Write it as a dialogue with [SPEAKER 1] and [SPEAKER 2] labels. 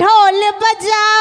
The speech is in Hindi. [SPEAKER 1] ढोल बजा